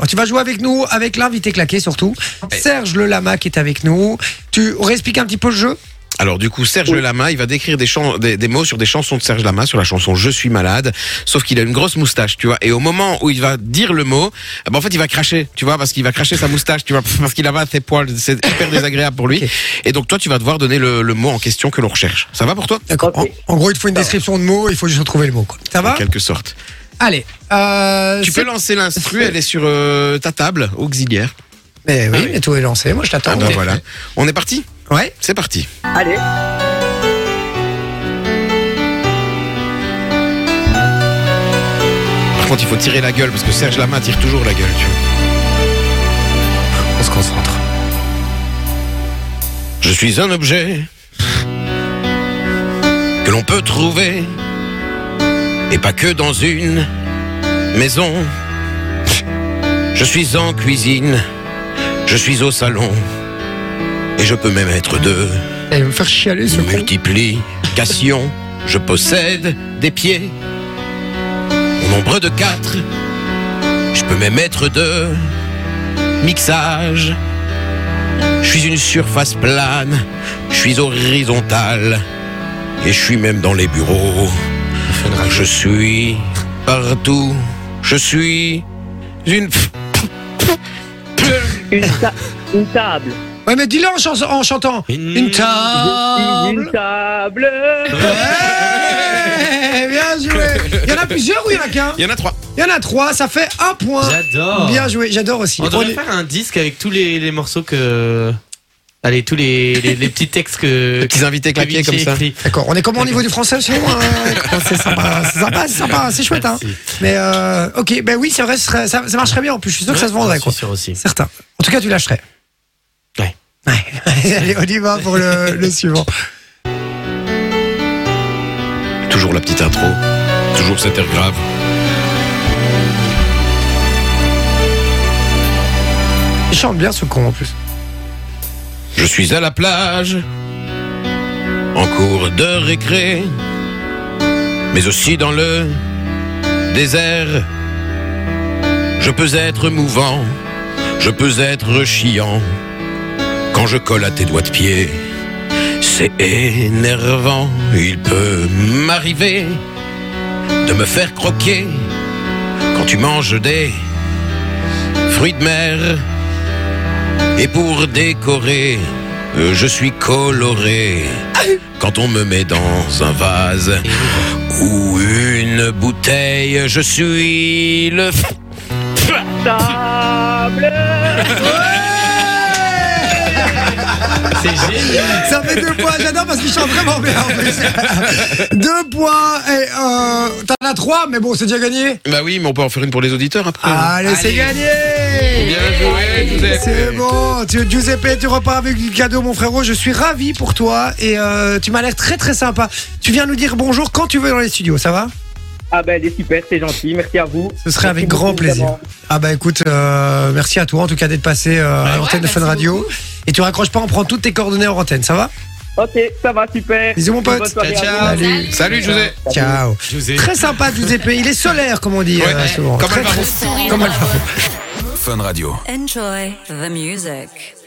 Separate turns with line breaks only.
Oh, Tu vas jouer avec nous, avec l'invité claqué surtout. Serge Le Lama qui est avec nous. Tu réexpliques un petit peu le jeu
Alors du coup, Serge Lama, il va décrire des, chan- des, des mots sur des chansons de Serge Lama, sur la chanson Je suis malade, sauf qu'il a une grosse moustache, tu vois. Et au moment où il va dire le mot, eh ben, en fait, il va cracher, tu vois, parce qu'il va cracher sa moustache, tu vois, parce qu'il a pas ses poils, c'est hyper désagréable pour lui. Et donc toi, tu vas devoir donner le, le mot en question que l'on recherche. Ça va pour toi
D'accord.
Ok.
En, en gros, il te faut une description de mots, il faut juste retrouver le mot. quoi. Ça va
En quelque sorte.
Allez. euh,
Tu
c'est-
peux lancer l'instru, elle est sur euh, ta table auxiliaire.
Mais oui, mais tout est lancé. Moi, je t'attends.
Ah ben voilà. On est parti
Ouais.
C'est parti.
Allez,
Par contre, il faut tirer la gueule parce que Serge Lama tire toujours la gueule, tu vois.
On se concentre.
Je suis un objet que l'on peut trouver et pas que dans une maison. Je suis en cuisine, je suis au salon et je peux même être deux.
Elle Eh, va me faire chialer ce con.
Multiplication, je possède des pieds. Au nombre de quatre, je peux même être deux. Mixage, je suis une surface plane, je suis horizontal. Et je suis même dans les bureaux. Je suis partout, je suis une.
une, ta- une table.
Ouais, mais dis-le en, chans- en chantant. Une
Une
table.
table.
Ouais, bien joué. Il y en a plusieurs ou il y en a qu'un
Il y en a trois.
Il y en a trois. Ça fait un point.
J'adore.
Bien joué. J'adore aussi.
On devrait
Prenez-
faire un disque avec tous les, les morceaux que. Allez, tous les, les, les petits textes que.
Les petits invités
que
claqués
Vinci
comme ça.
écrit.
D'accord. On est comment au niveau du français sinon euh, C'est sympa, c'est sympa, c'est sympa, c'est chouette. Hein.
Merci.
Mais euh, ok, ben oui, c'est vrai, ce serait- ça, ça marcherait bien en plus. Je suis sûr que ça se vendrait
Je
quoi.
suis sûr aussi.
Certain. En tout cas, tu lâcherais.
Ouais.
Ouais. Allez, on y va pour le, le suivant.
Toujours la petite intro, toujours cet air grave.
Il chante bien ce con en plus.
Je suis à la plage, en cours de récré, mais aussi dans le désert. Je peux être mouvant, je peux être chiant. Quand je colle à tes doigts de pied, c'est énervant. Il peut m'arriver de me faire croquer quand tu manges des fruits de mer. Et pour décorer, euh, je suis coloré quand on me met dans un vase ou une bouteille. Je suis le. f-
Table.
C'est génial.
Ça fait deux points, j'adore parce qu'il chante vraiment bien en plus. Deux points, et euh, t'en as trois, mais bon, c'est déjà gagné.
Bah oui, mais on peut en faire une pour les auditeurs après.
Allez, c'est gagné
Bien joué, Giuseppe.
Ah. C'est bon, tu, Giuseppe, tu repars avec du cadeau, mon frérot. Je suis ravi pour toi et euh, tu m'as l'air très très sympa. Tu viens nous dire bonjour quand tu veux dans les studios, ça va
Ah ben, elle est super, c'est gentil. Merci à vous.
Ce serait avec
Merci
grand
beaucoup,
plaisir.
vraiment.
Ah bah écoute, euh, merci à toi en tout cas d'être passé euh, à l'antenne de Fun Radio. Et tu raccroches pas, on prend toutes tes coordonnées en antenne, ça va
Ok, ça va super.
Bisous, mon pote.
Bonne soirée à
Ciao,
vous.
ciao.
Salut.
Salut José.
Ciao.
Je vous ai.
Très sympa Giuseppe, il est solaire comme on dit
Ouais,
euh, souvent.
comme
Très,
Alvaro.
très- comme Alvaro.
Enjoy the music.